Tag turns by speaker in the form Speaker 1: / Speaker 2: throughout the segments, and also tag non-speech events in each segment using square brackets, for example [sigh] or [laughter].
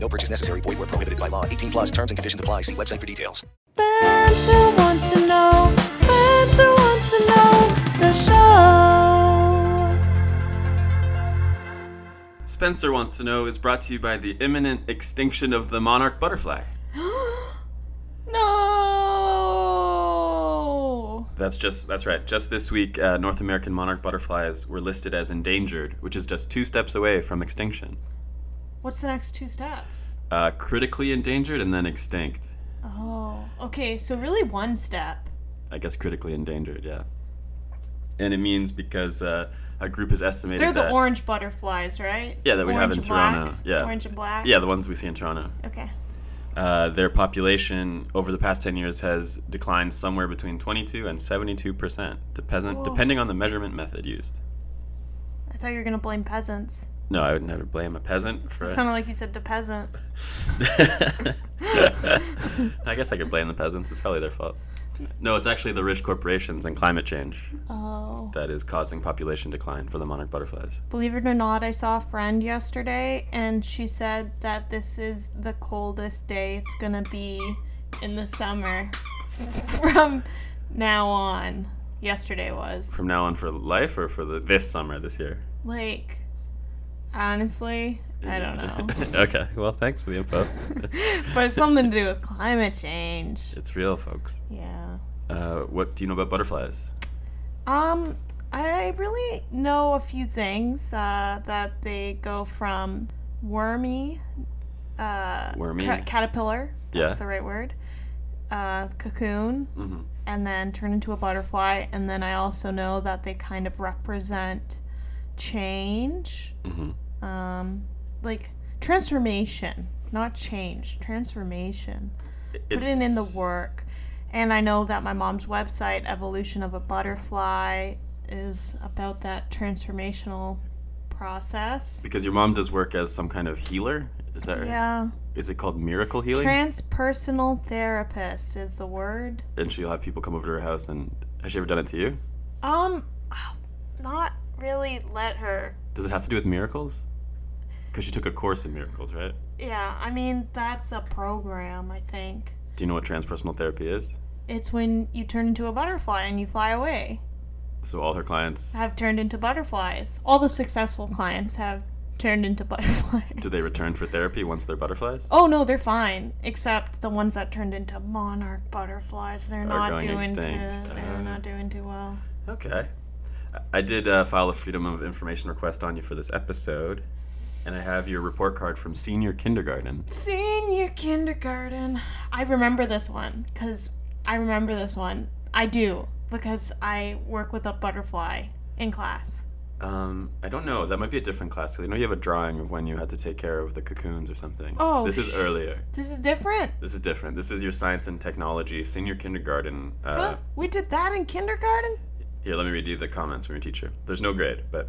Speaker 1: No purchase necessary. Void where prohibited by law. 18 plus terms and conditions apply. See website for details.
Speaker 2: Spencer wants to know. Spencer wants to know the show.
Speaker 3: Spencer wants to know is brought to you by the imminent extinction of the monarch butterfly.
Speaker 2: No.
Speaker 3: That's just that's right. Just this week, uh, North American monarch butterflies were listed as endangered, which is just two steps away from extinction.
Speaker 2: What's the next two steps?
Speaker 3: Uh, critically endangered and then extinct.
Speaker 2: Oh, okay. So really, one step.
Speaker 3: I guess critically endangered, yeah. And it means because uh, a group has estimated
Speaker 2: They're the
Speaker 3: that-
Speaker 2: orange butterflies, right?
Speaker 3: Yeah, that we have
Speaker 2: Orange
Speaker 3: in
Speaker 2: and black.
Speaker 3: Toronto. Yeah.
Speaker 2: Orange and black.
Speaker 3: Yeah, the ones we see in Toronto.
Speaker 2: Okay.
Speaker 3: Uh, their population over the past 10 years has declined somewhere between 22 and 72 percent, dependent, depending on the measurement method used.
Speaker 2: I thought you were gonna blame peasants.
Speaker 3: No, I would never blame a peasant for.
Speaker 2: It sounded like you said to peasant.
Speaker 3: [laughs] I guess I could blame the peasants. It's probably their fault. No, it's actually the rich corporations and climate change
Speaker 2: Oh.
Speaker 3: that is causing population decline for the monarch butterflies.
Speaker 2: Believe it or not, I saw a friend yesterday, and she said that this is the coldest day it's gonna be in the summer [laughs] from now on. Yesterday was
Speaker 3: From now on, for life or for the, this summer, this year.
Speaker 2: like, honestly, I don't
Speaker 3: [laughs]
Speaker 2: know,
Speaker 3: okay. Well, thanks for
Speaker 2: [laughs]
Speaker 3: the info.
Speaker 2: but it's something to do with climate change.
Speaker 3: it's real, folks.
Speaker 2: Yeah.
Speaker 3: Uh, what do you know about butterflies?
Speaker 2: Um, I really know a few things uh, that they go from wormy, uh,
Speaker 3: Wormy?
Speaker 2: ca- caterpillar. That's
Speaker 3: Yeah. Mm-hmm.
Speaker 2: the right word. Uh, cocoon, and then turn into a butterfly. And then I also know that they kind of represent change,
Speaker 3: Mm-hmm.
Speaker 2: um, like transformation, not change, transformation
Speaker 3: It's,
Speaker 2: putting in the work. And I know that my mom's website, Evolution of a Butterfly, is about that transformational process.
Speaker 3: because your mom does work as some kind of healer. Is that right?
Speaker 2: Yeah.
Speaker 3: Is it called miracle healing?
Speaker 2: Transpersonal therapist is the word.
Speaker 3: and she'll have people come over to her house. And has she ever done it to you?
Speaker 2: Um, not really let her.
Speaker 3: Does it have to do with miracles? Because she took a course in miracles, right?
Speaker 2: Yeah, I mean, that's a program, I think.
Speaker 3: Do you know what transpersonal therapy is?
Speaker 2: It's when you turn into a butterfly and you fly away.
Speaker 3: So all her clients
Speaker 2: Have turned into butterflies. All the successful clients have turned into [laughs] butterflies.
Speaker 3: do they return for therapy once they're butterflies?
Speaker 2: Oh no, they're fine. Except the ones that turned into monarch butterflies, they're not
Speaker 3: going
Speaker 2: doing
Speaker 3: extinct.
Speaker 2: too. They're
Speaker 3: Ah.
Speaker 2: not doing too well.
Speaker 3: Okay. I- I did uh, file a freedom of information request on you for this episode, and I have your report card from senior kindergarten.
Speaker 2: Senior kindergarten. I remember this one because I remember this one. I do because I work with a butterfly in class.
Speaker 3: Um, I don't know. That might be a different class. 'cause I know you have a drawing of when you had to take care of the cocoons or something.
Speaker 2: Oh,
Speaker 3: This is
Speaker 2: sh-
Speaker 3: earlier.
Speaker 2: This is different.
Speaker 3: This is different. This is your science and technology senior kindergarten. Uh,
Speaker 2: Huh? We did that in kindergarten.
Speaker 3: Here, let me read you the comments from your teacher. There's no grade, but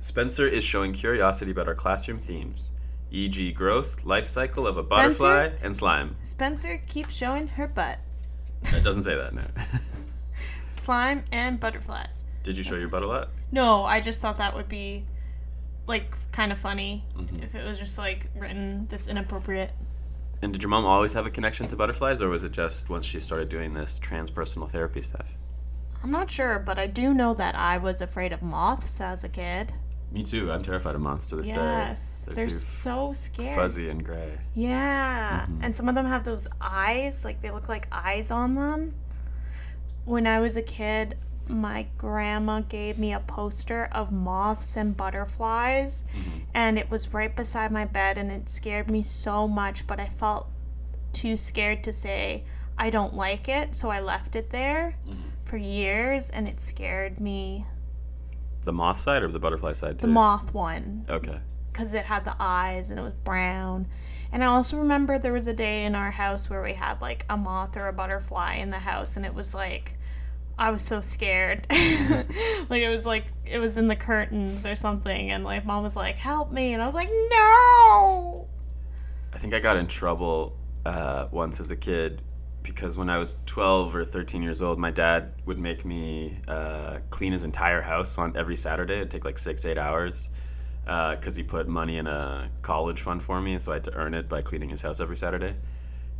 Speaker 3: Spencer is showing curiosity about our classroom themes, e.g., growth, life cycle of a butterfly, and slime.
Speaker 2: Spencer keeps showing her butt.
Speaker 3: It doesn't say that, no. [laughs]
Speaker 2: Slime and butterflies.
Speaker 3: Did you show your butt a lot?
Speaker 2: No, I just thought that would be like kind of funny
Speaker 3: Mm-hmm.
Speaker 2: if it was just like written this inappropriate.
Speaker 3: And did your mom always have a connection to butterflies, or was it just once she started doing this transpersonal therapy stuff?
Speaker 2: I'm not sure, but I do know that I was afraid of moths as a kid.
Speaker 3: Me too. I'm terrified of moths to this
Speaker 2: Yes,
Speaker 3: day.
Speaker 2: they're,
Speaker 3: too
Speaker 2: so scary.
Speaker 3: fuzzy and gray.
Speaker 2: Yeah, and some of them have those eyes, like they look like eyes on them. When I was a kid, my grandma gave me a poster of moths and butterflies, and it was right beside my bed, and it scared me so much, but I felt too scared to say I don't like it, so I left it there for years, and it scared me.
Speaker 3: The moth side or the butterfly side too?
Speaker 2: The moth one,
Speaker 3: Okay.
Speaker 2: because it had the eyes and it was brown. And I also remember there was a day in our house where we had like a moth or a butterfly in the house, and it was like, I was so scared. [laughs] like it was like it was in the curtains or something, and like mom was like, "Help me," and I was like, "No."
Speaker 3: I think I got in trouble uh, once as a kid because when I was 12 or 13 years old, my dad would make me uh, clean his entire house on every Saturday. It'd take like six, eight hours because he put money in a college fund for me, so I had to earn it by cleaning his house every Saturday.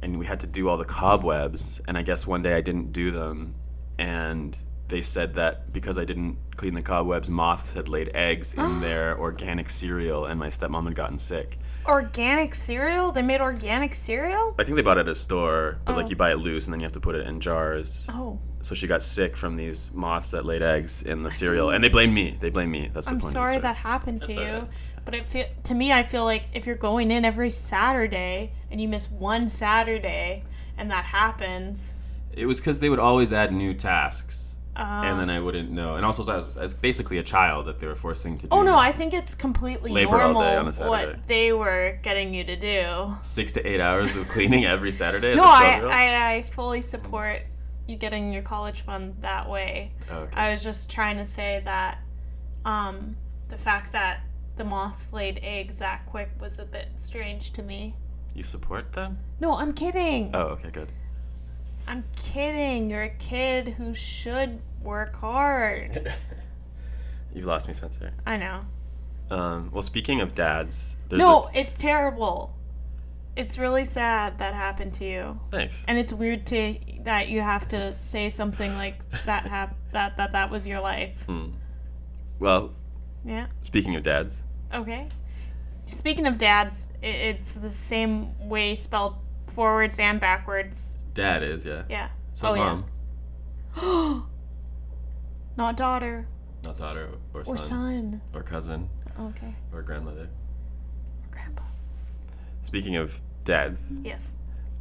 Speaker 3: And we had to do all the cobwebs, and I guess one day I didn't do them, and they said that because I didn't clean the cobwebs, moths had laid eggs in their organic cereal, and my stepmom had gotten sick.
Speaker 2: Organic cereal? They made organic cereal?
Speaker 3: I think they bought it at a store, but like you buy it loose and then you have to put it in jars.
Speaker 2: Oh,
Speaker 3: So she got sick from these moths that laid eggs in the cereal, and they blamed me. They blamed me. That's the
Speaker 2: I'm
Speaker 3: point.
Speaker 2: sorry
Speaker 3: of the
Speaker 2: that
Speaker 3: story.
Speaker 2: happened to
Speaker 3: That's all
Speaker 2: you.
Speaker 3: right.
Speaker 2: But it feel, to me, I feel like if you're going in every Saturday and you miss one Saturday and that happens,
Speaker 3: It was because they would always add new tasks,
Speaker 2: Oh.
Speaker 3: and then I wouldn't know. And also, I was, I was basically a child that they were forcing to do.
Speaker 2: oh no, I think it's completely
Speaker 3: Labor all
Speaker 2: normal
Speaker 3: day on a Saturday.
Speaker 2: what they were getting you to do.
Speaker 3: six to eight hours of cleaning every Saturday. as
Speaker 2: No,
Speaker 3: a
Speaker 2: I,
Speaker 3: 12-year-old?
Speaker 2: I, I fully support you getting your college fund that way.
Speaker 3: Oh, okay.
Speaker 2: I was just trying to say that um, the fact that the moths laid eggs that quick was a bit strange to me.
Speaker 3: You support them?
Speaker 2: No, I'm kidding.
Speaker 3: Oh, okay, good.
Speaker 2: I'm kidding. You're a kid who should work
Speaker 3: [laughs]
Speaker 2: hard.
Speaker 3: You've lost me, Spencer.
Speaker 2: I know.
Speaker 3: Um, well, speaking of dads, there's
Speaker 2: no, it's terrible. It's really sad that happened to you.
Speaker 3: A, thanks.
Speaker 2: And it's weird to that you have to say something like that hap- that that that was your life.
Speaker 3: Well,
Speaker 2: Yeah.
Speaker 3: speaking of dads,
Speaker 2: Okay. Speaking of dads, i it's the same way spelled forwards and backwards.
Speaker 3: dad is yeah.
Speaker 2: Yeah.
Speaker 3: So mom,
Speaker 2: Not daughter
Speaker 3: not daughter or son,
Speaker 2: or son.
Speaker 3: or cousin
Speaker 2: Okay.
Speaker 3: or grandmother.
Speaker 2: Grandpa.
Speaker 3: Speaking of dads,
Speaker 2: Yes.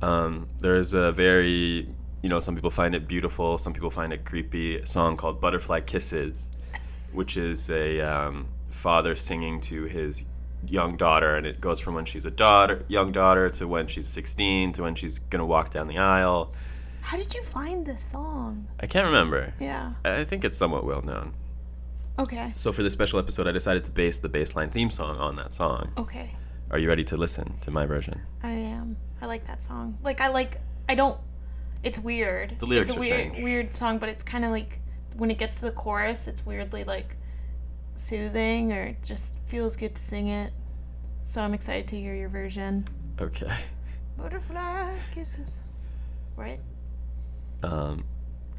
Speaker 3: um, there is a very you know some people find it beautiful, some people find it creepy song called "Butterfly Kisses." which is a um, father singing to his young daughter, and it goes from when she's a daughter, young daughter, to when she's 16, to when she's gonna walk down the aisle.
Speaker 2: How did you find this song?
Speaker 3: I can't remember.
Speaker 2: Yeah.
Speaker 3: I I think it's somewhat well known.
Speaker 2: Okay.
Speaker 3: So for this special episode, I decided to base the baseline theme song on that song.
Speaker 2: Okay.
Speaker 3: Are you ready to listen to my version?
Speaker 2: I am. I like that song. Like I like. I don't. It's weird.
Speaker 3: The lyrics
Speaker 2: it's a
Speaker 3: are
Speaker 2: weird,
Speaker 3: strange.
Speaker 2: weird song, but it's kind of like when it gets to the chorus, it's weirdly like soothing or it just feels good to sing it. So I'm excited to hear your version.
Speaker 3: Okay.
Speaker 2: Butterfly kisses. Right?
Speaker 3: Um,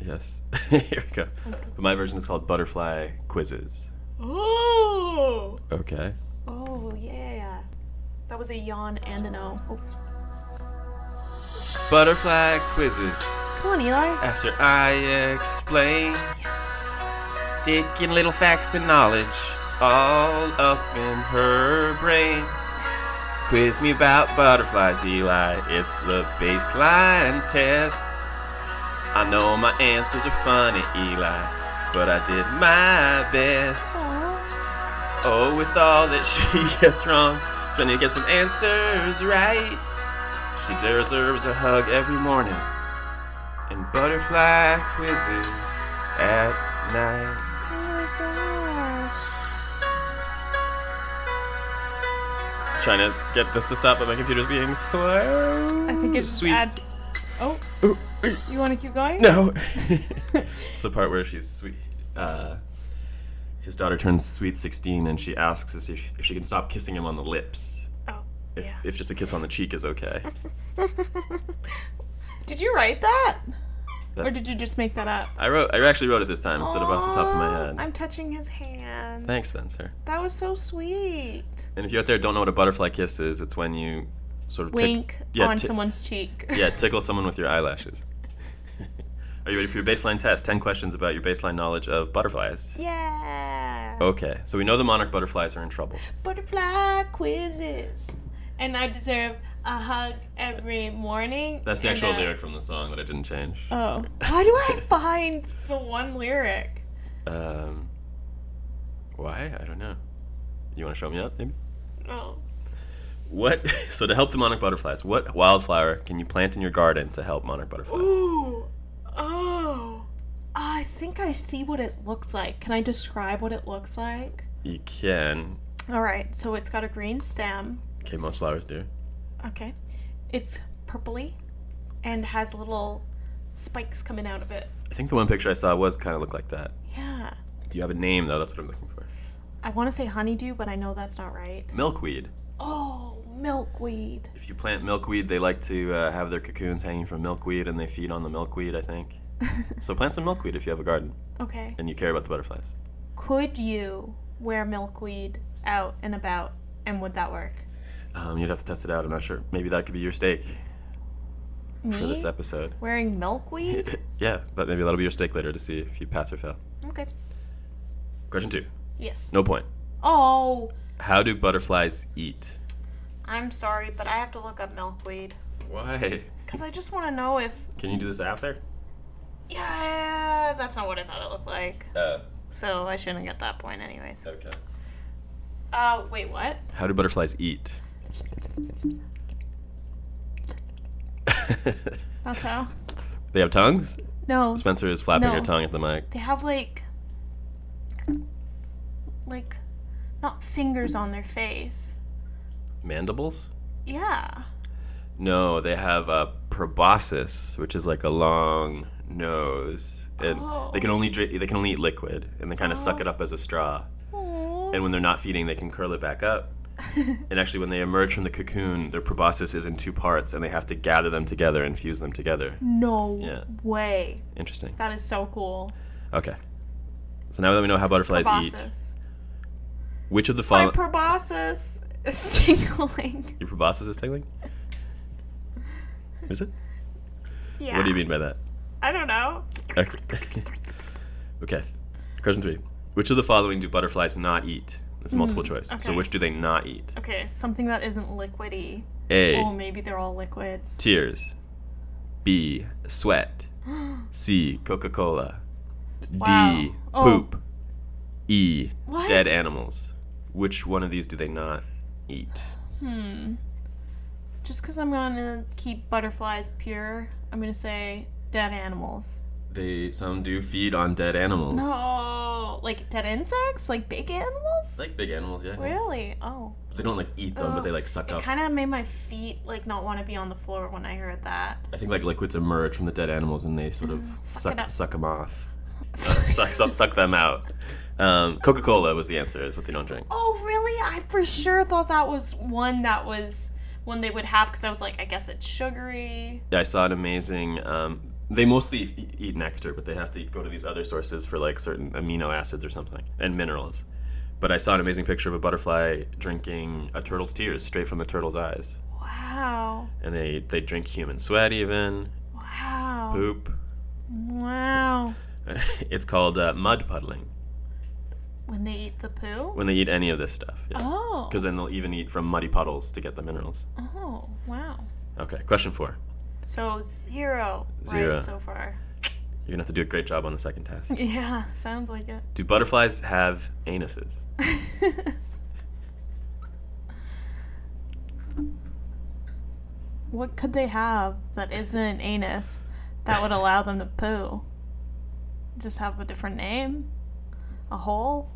Speaker 3: yes. [laughs] Here we go. But my version is called Butterfly Quizzes.
Speaker 2: Oh.
Speaker 3: Okay.
Speaker 2: Oh yeah. That was a yawn and an O. Oh.
Speaker 3: Butterfly Quizzes.
Speaker 2: Come on, Eli.
Speaker 3: After I explain, sticking little facts and knowledge all up in her brain. Quiz me about butterflies, Eli. It's the baseline test. I know my answers are funny, Eli, but I did my best. Oh, with all that she [laughs] gets wrong, Spenny to get some answers right. She deserves a hug every morning and butterfly quizzes at night.
Speaker 2: Oh my gosh.
Speaker 3: Trying to get this to stop, but my computer's being slow.
Speaker 2: I think it just
Speaker 3: Sweet.
Speaker 2: adds. Oh. You want to keep [laughs] going?
Speaker 3: No. it's the part where she's sweet. Uh, his daughter turns sweet 16 and she asks if she, if she can stop kissing him on the lips.
Speaker 2: Oh.
Speaker 3: If, if just a kiss on the cheek is okay.
Speaker 2: Did you write that?
Speaker 3: That-
Speaker 2: Or did you just make that up?
Speaker 3: I wrote. I actually wrote it this time instead of off the top of my head.
Speaker 2: I'm touching his hand.
Speaker 3: Thanks, Spencer.
Speaker 2: That was so sweet.
Speaker 3: And if you out there don't know what a butterfly kiss is, it's when you sort of tick-
Speaker 2: Wink
Speaker 3: yeah,
Speaker 2: on
Speaker 3: ti-
Speaker 2: someone's cheek.
Speaker 3: [laughs] Yeah, tickle someone with your eyelashes. Are you ready for your baseline test? 10 questions about your baseline knowledge of butterflies.
Speaker 2: [laughs] Yeah.
Speaker 3: Okay, so we know the monarch butterflies are in trouble.
Speaker 2: Butterfly quizzes. And I deserve a hug every morning.
Speaker 3: That's the
Speaker 2: and
Speaker 3: actual
Speaker 2: a-
Speaker 3: lyric from the song that I didn't change.
Speaker 2: Oh. How do
Speaker 3: [laughs]
Speaker 2: I find the one lyric?
Speaker 3: Um, why? I don't know. You want to show me up, maybe?
Speaker 2: Oh.
Speaker 3: What? [laughs] So to help the monarch butterflies, what wildflower can you plant in your garden to help monarch butterflies?
Speaker 2: Ooh. Oh. I think I see what it looks like. Can I describe what it looks like?
Speaker 3: You can.
Speaker 2: All right. So it's got a green stem.
Speaker 3: Okay, most flowers do.
Speaker 2: Okay. It's purpley and has little spikes coming out of it.
Speaker 3: I think the one picture I saw was kind of looked like that.
Speaker 2: Yeah.
Speaker 3: Do you have a name though? That's what I'm looking for.
Speaker 2: I want to say honeydew, but I know that's not right.
Speaker 3: Milkweed.
Speaker 2: Oh, milkweed.
Speaker 3: If you plant milkweed, they like to uh, have their cocoons hanging from milkweed, and they feed on the milkweed. I think.
Speaker 2: [laughs]
Speaker 3: so plant some milkweed if you have a garden
Speaker 2: Okay.
Speaker 3: and you care about the butterflies.
Speaker 2: Could you wear milkweed out and about, and would that work?
Speaker 3: Um, you'd have to test it out. I'm not sure. Maybe that could be your steak
Speaker 2: Me?
Speaker 3: for this episode.
Speaker 2: Wearing
Speaker 3: [laughs]
Speaker 2: milkweed?
Speaker 3: [coughs] Yeah, but maybe that'll be your steak later to see if you pass or fail.
Speaker 2: okay.
Speaker 3: Question two.
Speaker 2: Yes.
Speaker 3: No point.
Speaker 2: Oh,
Speaker 3: How do butterflies eat?
Speaker 2: I'm sorry, but I have to look up milkweed.
Speaker 3: Why?
Speaker 2: Because I just want to know if.
Speaker 3: Can you do this after?
Speaker 2: Yeah, that's not what I thought it looked like.
Speaker 3: Uh,
Speaker 2: So I shouldn't get that point, anyways.
Speaker 3: okay.
Speaker 2: Uh, wait, what?
Speaker 3: How do butterflies eat? [laughs]
Speaker 2: That's how?
Speaker 3: they have tongues?
Speaker 2: No.
Speaker 3: Spencer is flapping her
Speaker 2: No.
Speaker 3: tongue at the mic.
Speaker 2: They have like. Like. Not fingers on their face.
Speaker 3: Mandibles?
Speaker 2: Yeah.
Speaker 3: No, they have a proboscis, which is like a long nose, and they can only drink, they can only eat liquid, and they kind of suck it up as a straw. And when they're not feeding, they can curl it
Speaker 2: [laughs]
Speaker 3: back up. and actually, when they emerge from the cocoon, their proboscis is in two parts, and they have to gather them together and fuse them together.
Speaker 2: No
Speaker 3: Yeah.
Speaker 2: way.
Speaker 3: Interesting.
Speaker 2: That is so cool.
Speaker 3: Okay. So now that we know how butterflies eat,
Speaker 2: Proboscis.
Speaker 3: which of the
Speaker 2: My
Speaker 3: following
Speaker 2: proboscis is [laughs] tingling.
Speaker 3: your proboscis is tingling? Is it?
Speaker 2: Yeah.
Speaker 3: What do you mean by that?
Speaker 2: I don't know.
Speaker 3: Okay. [laughs] okay. Question three. Which of the following do butterflies not eat? This is multiple choice. So
Speaker 2: Hmm. okay.
Speaker 3: which do they not eat?
Speaker 2: Okay, something that isn't liquidy.
Speaker 3: A.
Speaker 2: Oh, maybe they're all liquids.
Speaker 3: Tears. B. Sweat. C. Coca Cola.
Speaker 2: Wow.
Speaker 3: D.
Speaker 2: Oh.
Speaker 3: Poop. E.
Speaker 2: What?
Speaker 3: Dead animals. Which one of these do they not eat?
Speaker 2: Just because I'm gonna keep butterflies pure, I'm gonna say dead animals.
Speaker 3: They some do feed on dead animals.
Speaker 2: No, Oh, like dead insects, like big animals.
Speaker 3: Like big animals, yeah.
Speaker 2: Really? Oh,
Speaker 3: They don't like eat them, but they like suck
Speaker 2: it
Speaker 3: up.
Speaker 2: kind of made my feet like not want to be on the floor when I heard that.
Speaker 3: I think like liquids emerge from the dead animals and they sort of
Speaker 2: Mm-hmm. it
Speaker 3: suck
Speaker 2: up.
Speaker 3: suck
Speaker 2: [laughs]
Speaker 3: them off. Uh, suck, suck, suck them out. Um, Coca Cola was the answer, is what they don't drink.
Speaker 2: oh, really? I for sure thought that was one that was one they would have because I was like, I guess it's sugary.
Speaker 3: Yeah, I saw an amazing. Um, they mostly e- eat nectar, but they have to go to these other sources for like certain amino acids or something and minerals. But I saw an amazing picture of a butterfly drinking a turtle's tears straight from the turtle's eyes,
Speaker 2: Wow.
Speaker 3: and they they drink human sweat even
Speaker 2: Wow.
Speaker 3: poop. [laughs]
Speaker 2: Wow.
Speaker 3: it's called uh, mud puddling
Speaker 2: When they eat the poo.
Speaker 3: when they eat any of this stuff. Yeah.
Speaker 2: Oh.
Speaker 3: Because then they'll even eat from muddy puddles to get the minerals.
Speaker 2: Oh. Wow.
Speaker 3: Okay, question four.
Speaker 2: So zero,
Speaker 3: Zero.
Speaker 2: right so far.
Speaker 3: You're gonna have to do a great job on the second test.
Speaker 2: Yeah, sounds like it.
Speaker 3: Do butterflies have anuses?
Speaker 2: What could they have that isn't an anus that would allow them to poo? Just have a different name? A hole?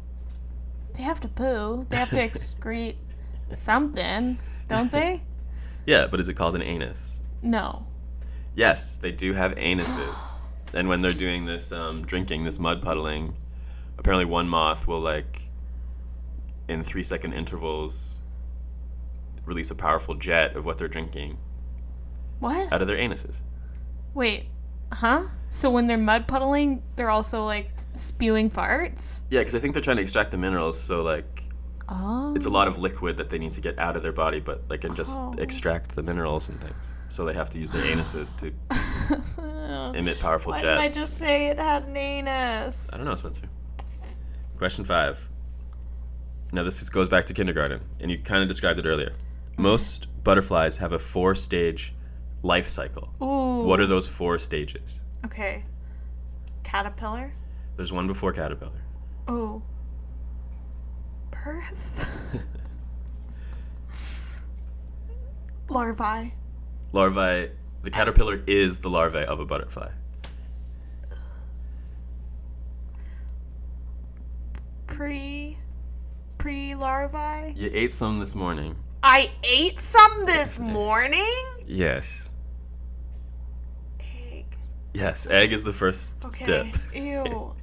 Speaker 2: They have to poo. They have to excrete something, don't they?
Speaker 3: Yeah, but is it called an anus?
Speaker 2: No.
Speaker 3: Yes, they do have anuses. and when they're doing this um, drinking, this mud puddling, apparently one moth will like, in three second intervals, release a powerful jet of what they're drinking
Speaker 2: What?
Speaker 3: out of their anuses.
Speaker 2: Wait. Huh? So when they're mud puddling, they're also like spewing farts?
Speaker 3: Yeah, because I think they're trying to extract the minerals, so like
Speaker 2: Oh.
Speaker 3: it's a lot of liquid that they need to get out of their body, but they can just
Speaker 2: Oh.
Speaker 3: extract the minerals and things. So they have to use their anuses
Speaker 2: [laughs]
Speaker 3: to emit powerful
Speaker 2: Why did
Speaker 3: jets.
Speaker 2: I just say it had an anus?
Speaker 3: I don't know, Spencer. Question five. Now this is, goes back to kindergarten, and you kind of described it earlier.
Speaker 2: Mm-hmm.
Speaker 3: Most butterflies have a four-stage life cycle.
Speaker 2: Ooh.
Speaker 3: What are those four stages?
Speaker 2: Okay. Caterpillar?
Speaker 3: There's one before caterpillar.
Speaker 2: Oh. [laughs] Birth? larvae.
Speaker 3: Larvae. The caterpillar is the larvae of a butterfly.
Speaker 2: Pre pre larvae.
Speaker 3: You ate some this morning.
Speaker 2: I ate some this morning.
Speaker 3: Yes.
Speaker 2: Eggs.
Speaker 3: Yes. Egg is the first
Speaker 2: Okay.
Speaker 3: step. [laughs]
Speaker 2: Ew.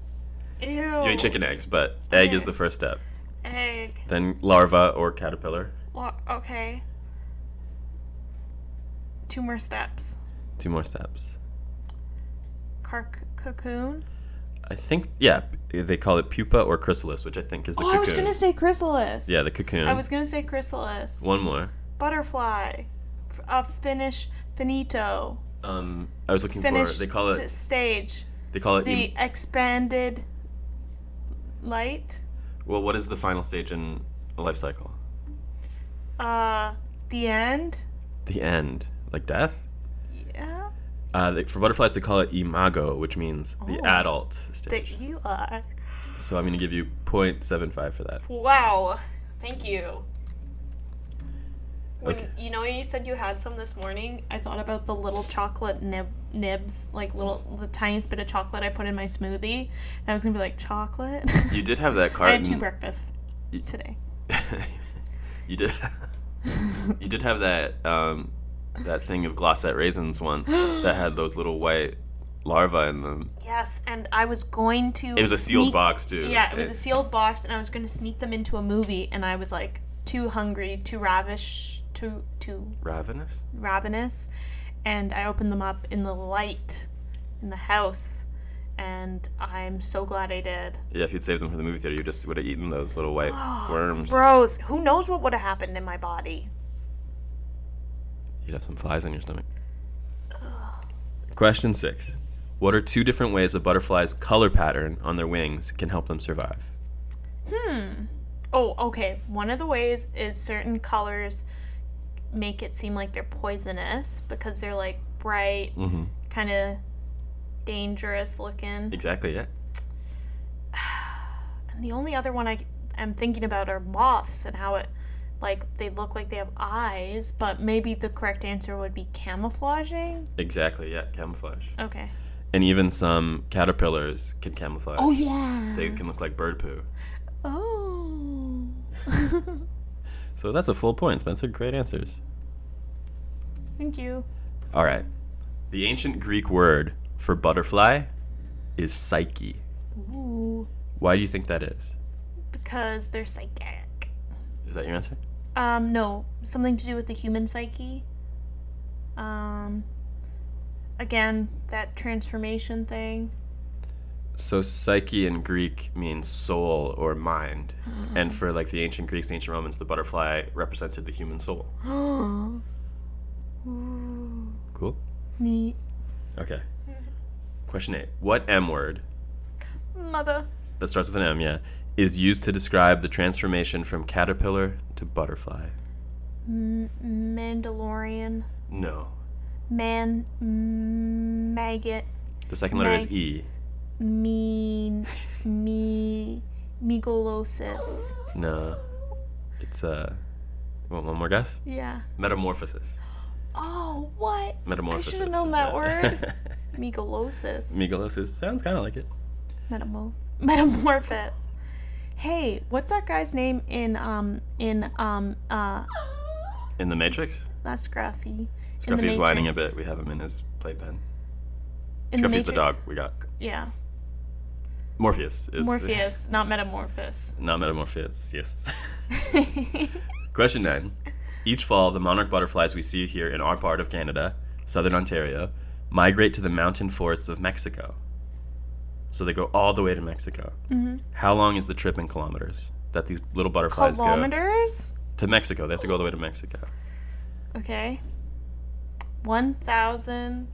Speaker 2: Ew.
Speaker 3: You eat chicken eggs, but egg is
Speaker 2: Okay.
Speaker 3: the first step.
Speaker 2: Egg.
Speaker 3: Then larva or caterpillar.
Speaker 2: Lo- okay. Two more steps.
Speaker 3: Two more steps.
Speaker 2: Car- cocoon.
Speaker 3: I think yeah, they call it pupa or chrysalis, which I think is the
Speaker 2: Oh, I
Speaker 3: cocoon.
Speaker 2: was gonna say chrysalis.
Speaker 3: yeah, the cocoon.
Speaker 2: I was gonna say chrysalis.
Speaker 3: One more.
Speaker 2: Butterfly. F- A finish. Finito.
Speaker 3: Um, I was looking
Speaker 2: Finished
Speaker 3: for. They call
Speaker 2: st-
Speaker 3: it.
Speaker 2: stage.
Speaker 3: They call it.
Speaker 2: The
Speaker 3: em-
Speaker 2: expanded light.
Speaker 3: well, what is the final stage in the life cycle?
Speaker 2: Uh, the end.
Speaker 3: The end, like death.
Speaker 2: Yeah.
Speaker 3: Uh, they, for butterflies, they call it imago, which means the
Speaker 2: Oh.
Speaker 3: adult
Speaker 2: The
Speaker 3: stage.
Speaker 2: Eli.
Speaker 3: So I'm gonna give you 0.75 for that.
Speaker 2: Wow. Thank you. When
Speaker 3: Okay.
Speaker 2: you know you said you had some this morning, I thought about the little chocolate nib nibs, like little the tiniest bit of chocolate I put in my smoothie, and I was gonna be like chocolate. [laughs]
Speaker 3: You did have that
Speaker 2: I
Speaker 3: carton.
Speaker 2: had two breakfasts today.
Speaker 3: [laughs] you
Speaker 2: [laughs]
Speaker 3: did. you did have that um, that thing of glossette raisins
Speaker 2: [gasps]
Speaker 3: once that had those little white larvae in them.
Speaker 2: Yes, and I was going to.
Speaker 3: It was a sealed
Speaker 2: sneak-
Speaker 3: box too.
Speaker 2: Yeah, it was a sealed box, and I was going to sneak them into a movie, and I was like too hungry, too ravish, too too
Speaker 3: ravenous.
Speaker 2: ravenous, and I opened them up in the light in the house, and I'm so glad I did.
Speaker 3: Yeah, if you'd saved them for the movie theater, you just would have eaten those little white
Speaker 2: Oh,
Speaker 3: worms.
Speaker 2: Bros, who knows what would have happened in my body?
Speaker 3: You'd have some flies on your stomach. Question six: What are two different ways a butterfly's color pattern on their wings can help them survive?
Speaker 2: Oh, okay. One of the ways is certain colors make it seem like they're poisonous because they're like bright,
Speaker 3: Mm-hmm.
Speaker 2: kind of dangerous looking.
Speaker 3: Exactly. Yeah.
Speaker 2: And the only other one I am thinking about are moths and how it, like, they look like they have eyes, but maybe the correct answer would be camouflaging.
Speaker 3: Exactly. Yeah. Camouflage.
Speaker 2: Okay.
Speaker 3: And even some caterpillars can camouflage. Oh
Speaker 2: yeah.
Speaker 3: They can look like bird poo.
Speaker 2: Oh.
Speaker 3: So that's a full point, Spencer. Great answers.
Speaker 2: Thank you.
Speaker 3: All right. The ancient Greek word for butterfly is psyche.
Speaker 2: Ooh.
Speaker 3: Why do you think that is?
Speaker 2: Because they're psychic.
Speaker 3: Is that your answer?
Speaker 2: Um, no, something to do with the human psyche. Um, again, that transformation thing.
Speaker 3: So psyche in Greek means soul
Speaker 2: [gasps]
Speaker 3: or mind. and for like the ancient Greeks, the ancient Romans, the butterfly represented the
Speaker 2: [gasps]
Speaker 3: human soul. Cool.
Speaker 2: Neat.
Speaker 3: Okay. Question 8. What M word
Speaker 2: Mother.
Speaker 3: that starts with an M, yeah, is used to describe the transformation from caterpillar to butterfly?
Speaker 2: M- Mandalorian.
Speaker 3: No.
Speaker 2: Man. M- maggot.
Speaker 3: The second letter is
Speaker 2: Meg.
Speaker 3: E.
Speaker 2: [laughs] mean me megalosis.
Speaker 3: No. It's uh want one more guess?
Speaker 2: Yeah.
Speaker 3: Metamorphosis.
Speaker 2: Oh, what?
Speaker 3: Metamorphosis.
Speaker 2: I should have known
Speaker 3: [laughs]
Speaker 2: that word. Megalosis.
Speaker 3: Megalosis sounds kind of like it.
Speaker 2: Metamorph. [laughs] Metamorphosis. Hey, what's that guy's name in um in um uh
Speaker 3: In the Matrix,
Speaker 2: that's Scruffy. In the
Speaker 3: Scruffy's whining a
Speaker 2: Matrix.
Speaker 3: bit. We have him in his playpen.
Speaker 2: In
Speaker 3: Scruffy's the,
Speaker 2: Matrix.
Speaker 3: dog. We got
Speaker 2: Yeah.
Speaker 3: Morpheus. Is [laughs]
Speaker 2: Morpheus, not Metamorphosis. [laughs]
Speaker 3: The, not Metamorpheus. Yes. Question nine. Each fall, the monarch butterflies we see here in our part of Canada, southern Ontario, migrate to the mountain forests of Mexico. So they go all the way to Mexico.
Speaker 2: Mm-hmm.
Speaker 3: How long is the trip in kilometers that these little butterflies go
Speaker 2: Kilometers?
Speaker 3: to Mexico? They have to go all the way to Mexico.
Speaker 2: Okay. 1,000.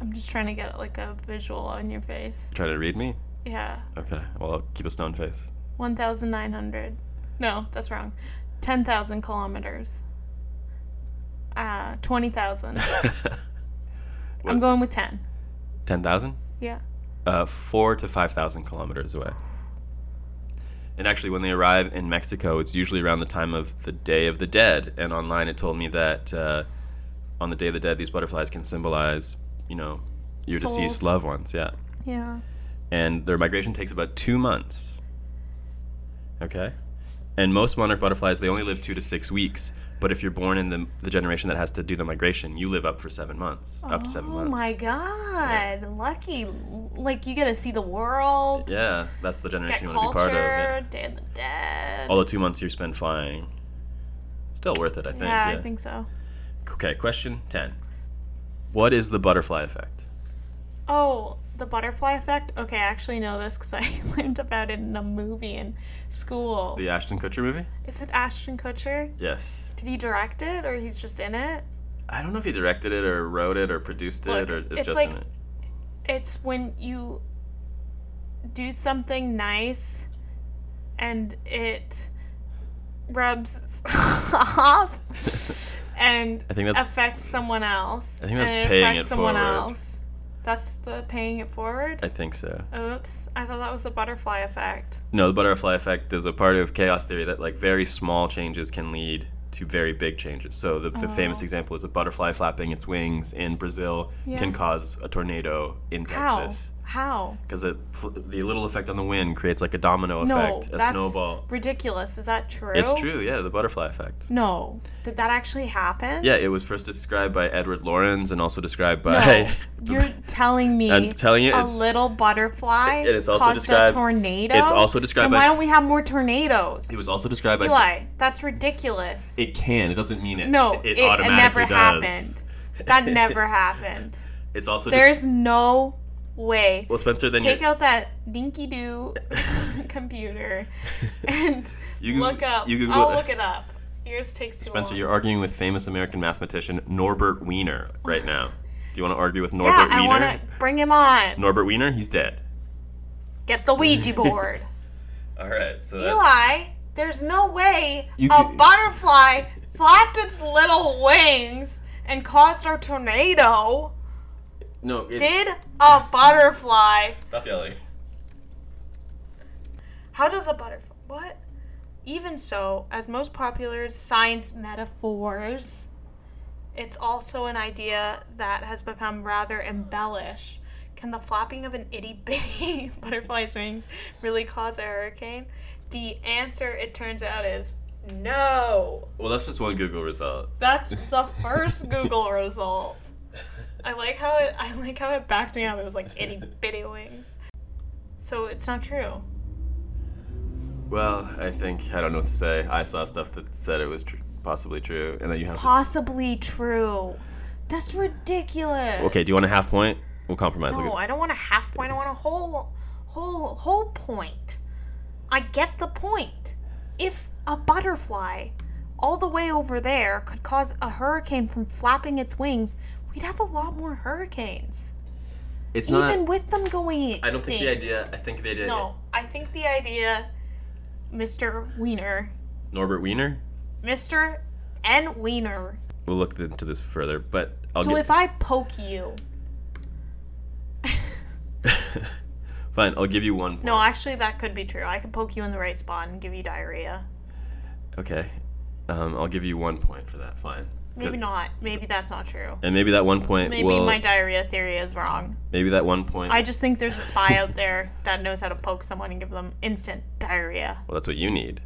Speaker 2: I'm just trying to get like a visual on your face.
Speaker 3: Try to read me?
Speaker 2: Yeah.
Speaker 3: Okay. Well, I'll keep a stone face.
Speaker 2: 1,900. No, that's wrong. 10,000 kilometers. Uh,
Speaker 3: [laughs]
Speaker 2: 20,000. I'm going with 10.
Speaker 3: Ten thousand?
Speaker 2: Yeah.
Speaker 3: Uh, four to five thousand kilometers away. And actually, when they arrive in Mexico, it's usually around the time of the Day of the Dead. And online, it told me that uh, on the Day of the Dead, these butterflies can symbolize, you know, your
Speaker 2: Souls.
Speaker 3: deceased loved ones. Yeah.
Speaker 2: Yeah.
Speaker 3: And their migration takes about two months. Okay. And most monarch butterflies, they only live two to six weeks. But if you're born in the, the generation that has to do the migration, you live up for seven months. Up to seven
Speaker 2: Oh
Speaker 3: months.
Speaker 2: my god. Lucky. Like, you get to see the world,
Speaker 3: Yeah, that's the generation
Speaker 2: get
Speaker 3: you want to be part of. yeah.
Speaker 2: culture, Day of the Dead.
Speaker 3: All the two months you spend flying. Still worth it, I think.
Speaker 2: yeah,
Speaker 3: Yeah,
Speaker 2: I think so.
Speaker 3: Okay, question 10. What is the butterfly effect?
Speaker 2: Oh, the butterfly effect? Okay, I actually know this because [laughs] I learned about it in a movie in school.
Speaker 3: The Ashton Kutcher movie?
Speaker 2: Is it Ashton Kutcher?
Speaker 3: Yes.
Speaker 2: Did he direct it or he's just in it?
Speaker 3: I don't know if he directed it or wrote it or produced it
Speaker 2: Look,
Speaker 3: or it's,
Speaker 2: it's
Speaker 3: just
Speaker 2: like-
Speaker 3: in it.
Speaker 2: It's when you do something nice and it rubs [laughs]
Speaker 3: [laughs]
Speaker 2: off and
Speaker 3: I think that's-
Speaker 2: affects someone else.
Speaker 3: I think that's
Speaker 2: and it
Speaker 3: paying
Speaker 2: affects
Speaker 3: it
Speaker 2: someone
Speaker 3: forward.
Speaker 2: else. That's the paying it forward?
Speaker 3: I think so.
Speaker 2: Oops, I thought that was the butterfly effect.
Speaker 3: No, the butterfly effect is a part of chaos theory that like very small changes can lead to very big changes. So the, the famous
Speaker 2: Oh.
Speaker 3: example is a butterfly flapping its wings in Brazil
Speaker 2: Yeah.
Speaker 3: can cause a tornado in
Speaker 2: How?
Speaker 3: Texas.
Speaker 2: How?
Speaker 3: Because the little effect on the wind creates like a domino
Speaker 2: No,
Speaker 3: effect, a
Speaker 2: that's
Speaker 3: snowball.
Speaker 2: ridiculous. Is that true?
Speaker 3: It's true, yeah, the butterfly effect.
Speaker 2: No, did that actually happen?
Speaker 3: Yeah, it was first described by Edward Lorenz and also described by.
Speaker 2: No,
Speaker 3: [laughs]
Speaker 2: you're telling me
Speaker 3: I'm telling you,
Speaker 2: a
Speaker 3: it's-
Speaker 2: little butterfly
Speaker 3: And it's also
Speaker 2: caused
Speaker 3: described-
Speaker 2: a tornado.
Speaker 3: it's also described
Speaker 2: Then why
Speaker 3: by-
Speaker 2: don't we have more tornadoes?
Speaker 3: it was also described by.
Speaker 2: Eli, that's ridiculous.
Speaker 3: It can. It doesn't mean it.
Speaker 2: no,
Speaker 3: it,
Speaker 2: it,
Speaker 3: automatically
Speaker 2: never
Speaker 3: does.
Speaker 2: happened.
Speaker 3: [laughs]
Speaker 2: That never happened.
Speaker 3: It's also
Speaker 2: There's
Speaker 3: Des-
Speaker 2: no way.
Speaker 3: well, Spencer. Then
Speaker 2: Take
Speaker 3: you're-
Speaker 2: out that dinky doo [laughs]
Speaker 3: [laughs]
Speaker 2: computer and
Speaker 3: You
Speaker 2: look
Speaker 3: Google-
Speaker 2: up.
Speaker 3: you Google
Speaker 2: I'll
Speaker 3: it.
Speaker 2: look it up. Yours takes too
Speaker 3: Spencer,
Speaker 2: long.
Speaker 3: you're arguing with famous American mathematician Norbert Wiener right now. Do you want to argue with
Speaker 2: Yeah,
Speaker 3: Norbert
Speaker 2: I
Speaker 3: Wiener?
Speaker 2: want to bring him on.
Speaker 3: Norbert Wiener, he's dead.
Speaker 2: Get the Ouija board.
Speaker 3: All right, so [laughs] that's,
Speaker 2: Eli, there's no way
Speaker 3: You
Speaker 2: a
Speaker 3: c-
Speaker 2: butterfly flapped its little wings and caused a tornado.
Speaker 3: no, it's,
Speaker 2: Did a butterfly?
Speaker 3: stop yelling.
Speaker 2: How does a butterfly? What? Even so, as most popular science metaphors, it's also an idea that has become rather embellished. Can the flapping of an itty bitty [laughs] butterfly's wings really cause a hurricane? The answer, it turns out, is no.
Speaker 3: Well, that's just one Google result.
Speaker 2: That's the first Google result. I like how it. I like how it backed me up. It was like itty bitty wings. So it's not true.
Speaker 3: Well, I think I don't know what to say. I saw stuff that said it was tr- possibly true, and then you have. to-
Speaker 2: Possibly true. That's ridiculous.
Speaker 3: okay, do you want a half point? We'll compromise.
Speaker 2: No,
Speaker 3: okay.
Speaker 2: I don't want a half point. I want a whole, whole, whole point. I get the point. If a butterfly, all the way over there, could cause a hurricane from flapping its wings, we'd have a lot more hurricanes.
Speaker 3: it's
Speaker 2: Even with them going extinct.
Speaker 3: I don't think the idea. I think the idea.
Speaker 2: No, I think the idea, Mr. Wiener,
Speaker 3: Norbert Wiener.
Speaker 2: Mr. N. Wiener.
Speaker 3: We'll look into this further, but I'll
Speaker 2: so
Speaker 3: get.
Speaker 2: if I poke you,
Speaker 3: fine, I'll give you one. Point.
Speaker 2: no, actually that could be true. I could poke you in the right spot and give you diarrhea.
Speaker 3: Okay, um, I'll give you one point for that. Fine.
Speaker 2: Maybe
Speaker 3: Good.
Speaker 2: not. Maybe that's not true.
Speaker 3: And maybe that one point
Speaker 2: Maybe
Speaker 3: will.
Speaker 2: my diarrhea theory is wrong.
Speaker 3: maybe that one point.
Speaker 2: I just think there's a spy
Speaker 3: [laughs]
Speaker 2: out there that knows how to poke someone and give them instant diarrhea.
Speaker 3: well, that's what you need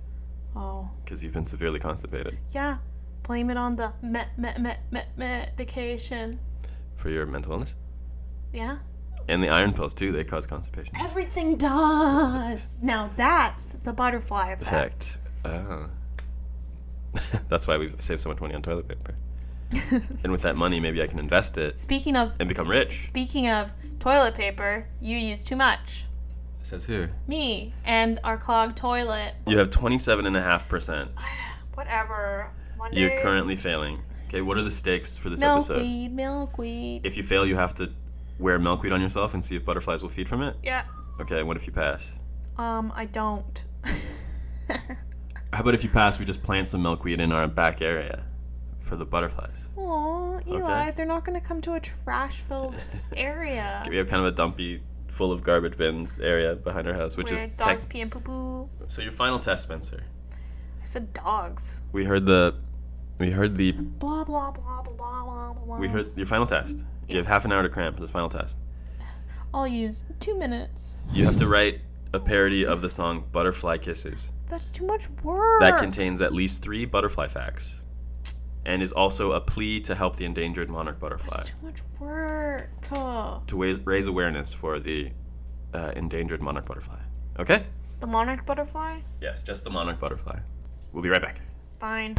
Speaker 2: Oh,
Speaker 3: because you've been severely constipated
Speaker 2: yeah. Blame it on the me- me- me- me- medication.
Speaker 3: for your mental illness
Speaker 2: Yeah.
Speaker 3: and the iron pills too. They cause constipation.
Speaker 2: Everything does. Now that's the butterfly effect.
Speaker 3: Effect. Oh. [laughs] That's why we've saved so much money on toilet
Speaker 2: [laughs]
Speaker 3: paper. and with that money, maybe I can invest it.
Speaker 2: Speaking of
Speaker 3: And become rich.
Speaker 2: Speaking of toilet paper, you use too much.
Speaker 3: Says who?
Speaker 2: Me and our clogged toilet.
Speaker 3: You have 27.5%.
Speaker 2: Whatever. One
Speaker 3: You're
Speaker 2: day-
Speaker 3: currently failing. Okay, what are the stakes for this episode?
Speaker 2: milkweed, milkweed.
Speaker 3: If you fail, you have to wear milkweed on yourself and see if butterflies will feed from it.
Speaker 2: Yeah.
Speaker 3: Okay, what if you pass?
Speaker 2: Um, I don't. [laughs]
Speaker 3: How about if you pass, we just plant some milkweed in our back area for the butterflies? [laughs]
Speaker 2: Aw, Eli, they're not gonna come to a trash-filled area.
Speaker 3: We have kind of a dumpy full of garbage bins area behind her house, which
Speaker 2: Where
Speaker 3: is tech.
Speaker 2: dogs pee and poo poo.
Speaker 3: So your final test, Spencer.
Speaker 2: I said dogs.
Speaker 3: We heard the, we heard the,
Speaker 2: Blah blah blah blah blah blah blah.
Speaker 3: we heard your final test. You have
Speaker 2: Yes.
Speaker 3: half an hour to cram for this final test.
Speaker 2: I'll use two minutes.
Speaker 3: You have to write a parody of the song "Butterfly Kisses"
Speaker 2: That's too much work.
Speaker 3: that contains at least three butterfly facts, and is also a plea to help the endangered monarch butterfly
Speaker 2: That's too much work. Uh,
Speaker 3: to wa- raise awareness for the uh, endangered monarch butterfly. Okay.
Speaker 2: The monarch butterfly.
Speaker 3: Yes, just the monarch butterfly. We'll be right back.
Speaker 2: Fine.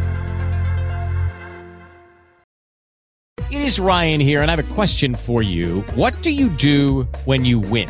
Speaker 4: It is Ryan here, and I have a question for you. What do you do when you win?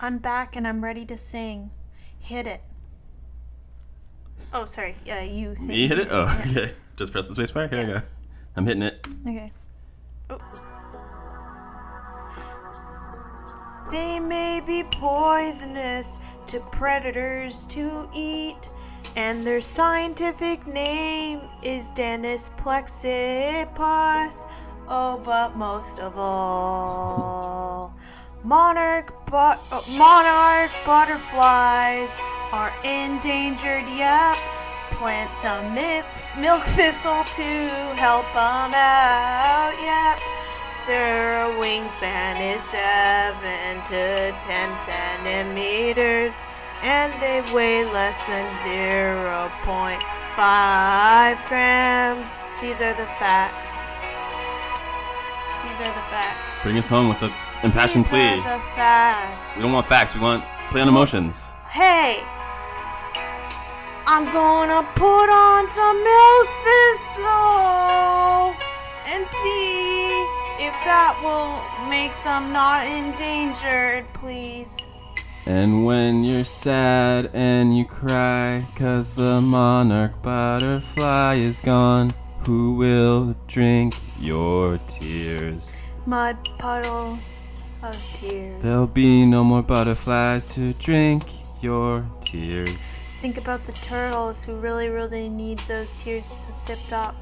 Speaker 2: I'm back and I'm ready to sing. Hit it. Oh, sorry. Yeah, you. hit-
Speaker 3: You hit it? Oh, okay. Just press the space bar. Here I go. I'm hitting it.
Speaker 2: Okay. Oh. They may be poisonous to predators to eat, and their scientific name is Denis plexippus. Oh, but most of all, monarch, but- uh, monarch butterflies are endangered, yep. Plant some milk, milk thistle to help them out, yep. Their wingspan is 7 to 10 centimeters, and they weigh less than 0.5 grams. These are the facts. These are the facts.
Speaker 3: Bring us home with an impassioned
Speaker 2: These
Speaker 3: plea.
Speaker 2: are the facts.
Speaker 3: We don't want facts. We want play on emotions.
Speaker 2: Hey, I'm gonna put on some milk thistle and see if that will make them not endangered, please.
Speaker 3: And when you're sad and you cry, cause the monarch butterfly is gone, who will drink your tears?
Speaker 2: Mud puddles of tears.
Speaker 3: There'll be no more butterflies to drink your tears.
Speaker 2: Think about the turtles who really, really need those tears sipped up.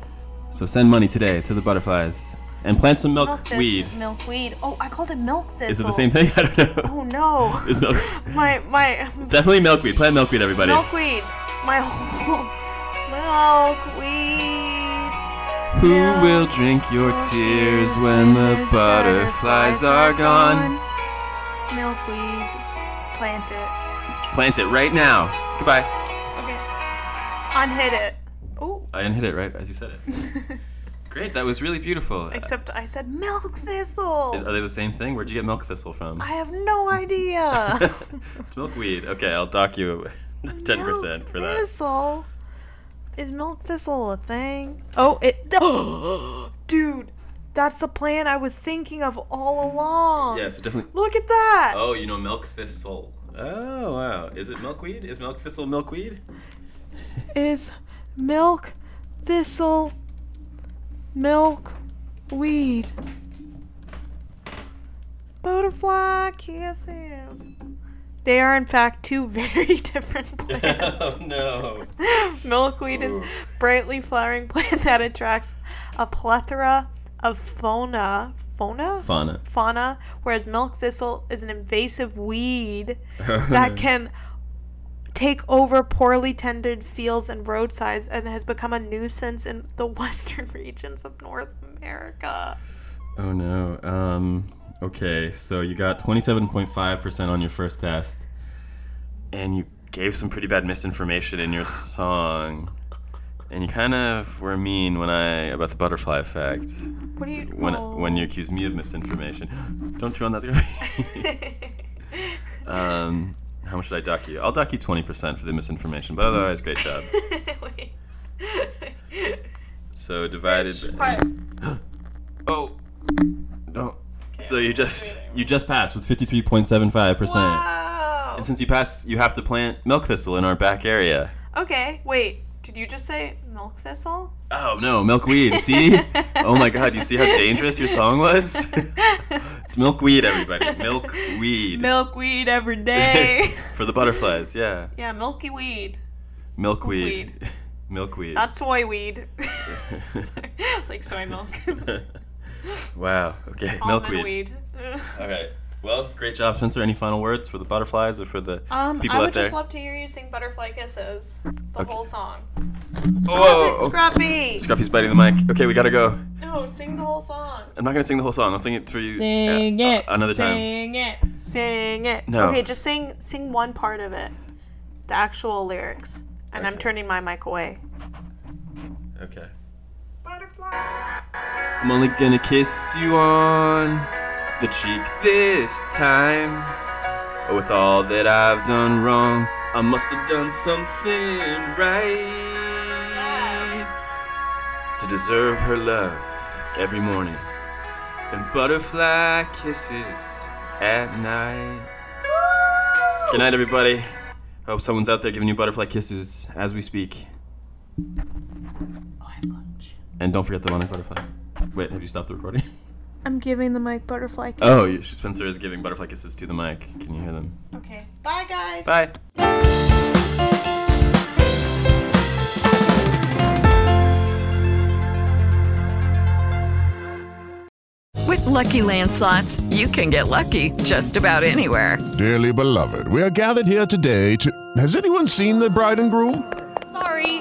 Speaker 3: So send money today to the butterflies and plant some
Speaker 2: Milk
Speaker 3: milk
Speaker 2: thistle.
Speaker 3: weed.
Speaker 2: Milkweed. Oh, I called it milk thistle.
Speaker 3: Is it the same thing? [laughs] I don't know.
Speaker 2: Oh no.
Speaker 3: [laughs] Is milk
Speaker 2: my my
Speaker 3: definitely milkweed? Plant milkweed, everybody.
Speaker 2: Milkweed. My [laughs] whole milkweed.
Speaker 3: Who will drink your tears when the butterflies are gone?
Speaker 2: Milkweed. Plant it.
Speaker 3: Plant it right now. Goodbye.
Speaker 2: Okay. Unhit it. Oh,
Speaker 3: I didn't hit it right as you said it.
Speaker 2: [laughs]
Speaker 3: Great, that was really beautiful.
Speaker 2: except I said milk
Speaker 3: Is-
Speaker 2: thistle.
Speaker 3: are they the same thing? Where'd you get milk thistle from?
Speaker 2: I have
Speaker 3: [laughs]
Speaker 2: no idea.
Speaker 3: It's milkweed. Okay, I'll dock you [laughs] 10%
Speaker 2: Milk
Speaker 3: for that.
Speaker 2: Thistle. Is milk thistle a thing? Oh, [gasps] it. Dude, that's the plan I was thinking of all along.
Speaker 3: Yeah, so definitely.
Speaker 2: Look at that.
Speaker 3: Oh, you know milk thistle. Oh, wow. Is it milkweed? Is milk thistle [laughs] milkweed?
Speaker 2: is milk thistle milk weed butterfly kisses they are in fact two [laughs] very different
Speaker 3: [laughs]
Speaker 2: plants
Speaker 3: Oh, no.
Speaker 2: milkweed is brightly flowering plant that attracts a plethora of fauna fauna
Speaker 3: Fauna.
Speaker 2: fauna, whereas milk thistle is an invasive
Speaker 3: [laughs]
Speaker 2: weed that can take over poorly tended fields and roadsides and has become a nuisance in the [laughs] western regions of North America.
Speaker 3: Oh, no. Um, okay, so you got 27.5% on your first test, and you gave some pretty bad misinformation in your song. And you kind of were mean when I about the butterfly effect.
Speaker 2: What do you
Speaker 3: when
Speaker 2: oh, [laughs]
Speaker 3: when you accuse me of misinformation. [gasps] Don't you on that? [laughs] um, how much should I dock you? I'll dock you twenty percent for the misinformation, but otherwise, great job.
Speaker 2: wait.
Speaker 3: So divided.
Speaker 2: What?
Speaker 3: [gasps] Oh, no. So you just you just passed with fifty three point seven five percent. And since you pass, you have to plant milk thistle in our back area.
Speaker 2: Okay, wait. Did you just say milk thistle?
Speaker 3: Oh no, milkweed. See? oh my god, you see how dangerous your song was? it's milkweed, everybody. Milkweed. [laughs]
Speaker 2: Milkweed every day. [laughs]
Speaker 3: For the butterflies, yeah.
Speaker 2: yeah, milky weed.
Speaker 3: Milkweed. [laughs] Milkweed.
Speaker 2: Not soy weed. [laughs] Sorry, like soy milk.
Speaker 3: [laughs] Wow. Okay,
Speaker 2: Almond
Speaker 3: milkweed.
Speaker 2: weed. [laughs]
Speaker 3: All right. Well, great job, Spencer. Any final words for the butterflies or for the
Speaker 2: Um,
Speaker 3: people
Speaker 2: I
Speaker 3: out
Speaker 2: would
Speaker 3: there?
Speaker 2: just love to hear you sing Butterfly Kisses. The whole song.
Speaker 3: Whoa!
Speaker 2: Scruffy!
Speaker 3: Scruffy's biting the mic. Okay, we gotta go.
Speaker 2: No, sing the whole song.
Speaker 3: I'm not gonna sing the whole song. I'll sing it for you.
Speaker 2: Sing
Speaker 3: uh,
Speaker 2: it.
Speaker 3: another time.
Speaker 2: sing it. Sing it.
Speaker 3: No.
Speaker 2: Okay, just sing sing one part of it. The actual lyrics. And I'm turning my mic away.
Speaker 3: Okay. I'm only gonna kiss you on the cheek this time. With all that I've done wrong, I must have done something right to deserve her love every morning and butterfly kisses at night. Good night, everybody. Hope someone's out there giving you butterfly kisses as we speak. And don't forget the one butterfly. Wait, have you stopped the recording?
Speaker 2: I'm giving the mic butterfly kisses.
Speaker 3: [laughs] Oh, you- Spencer is giving butterfly kisses to the mic. Can you hear them?
Speaker 2: Okay. Bye guys.
Speaker 3: Bye.
Speaker 5: With Lucky Land slots, you can get lucky just about anywhere.
Speaker 6: Dearly beloved, we are gathered here today to. Has anyone seen the bride and groom?
Speaker 7: Sorry,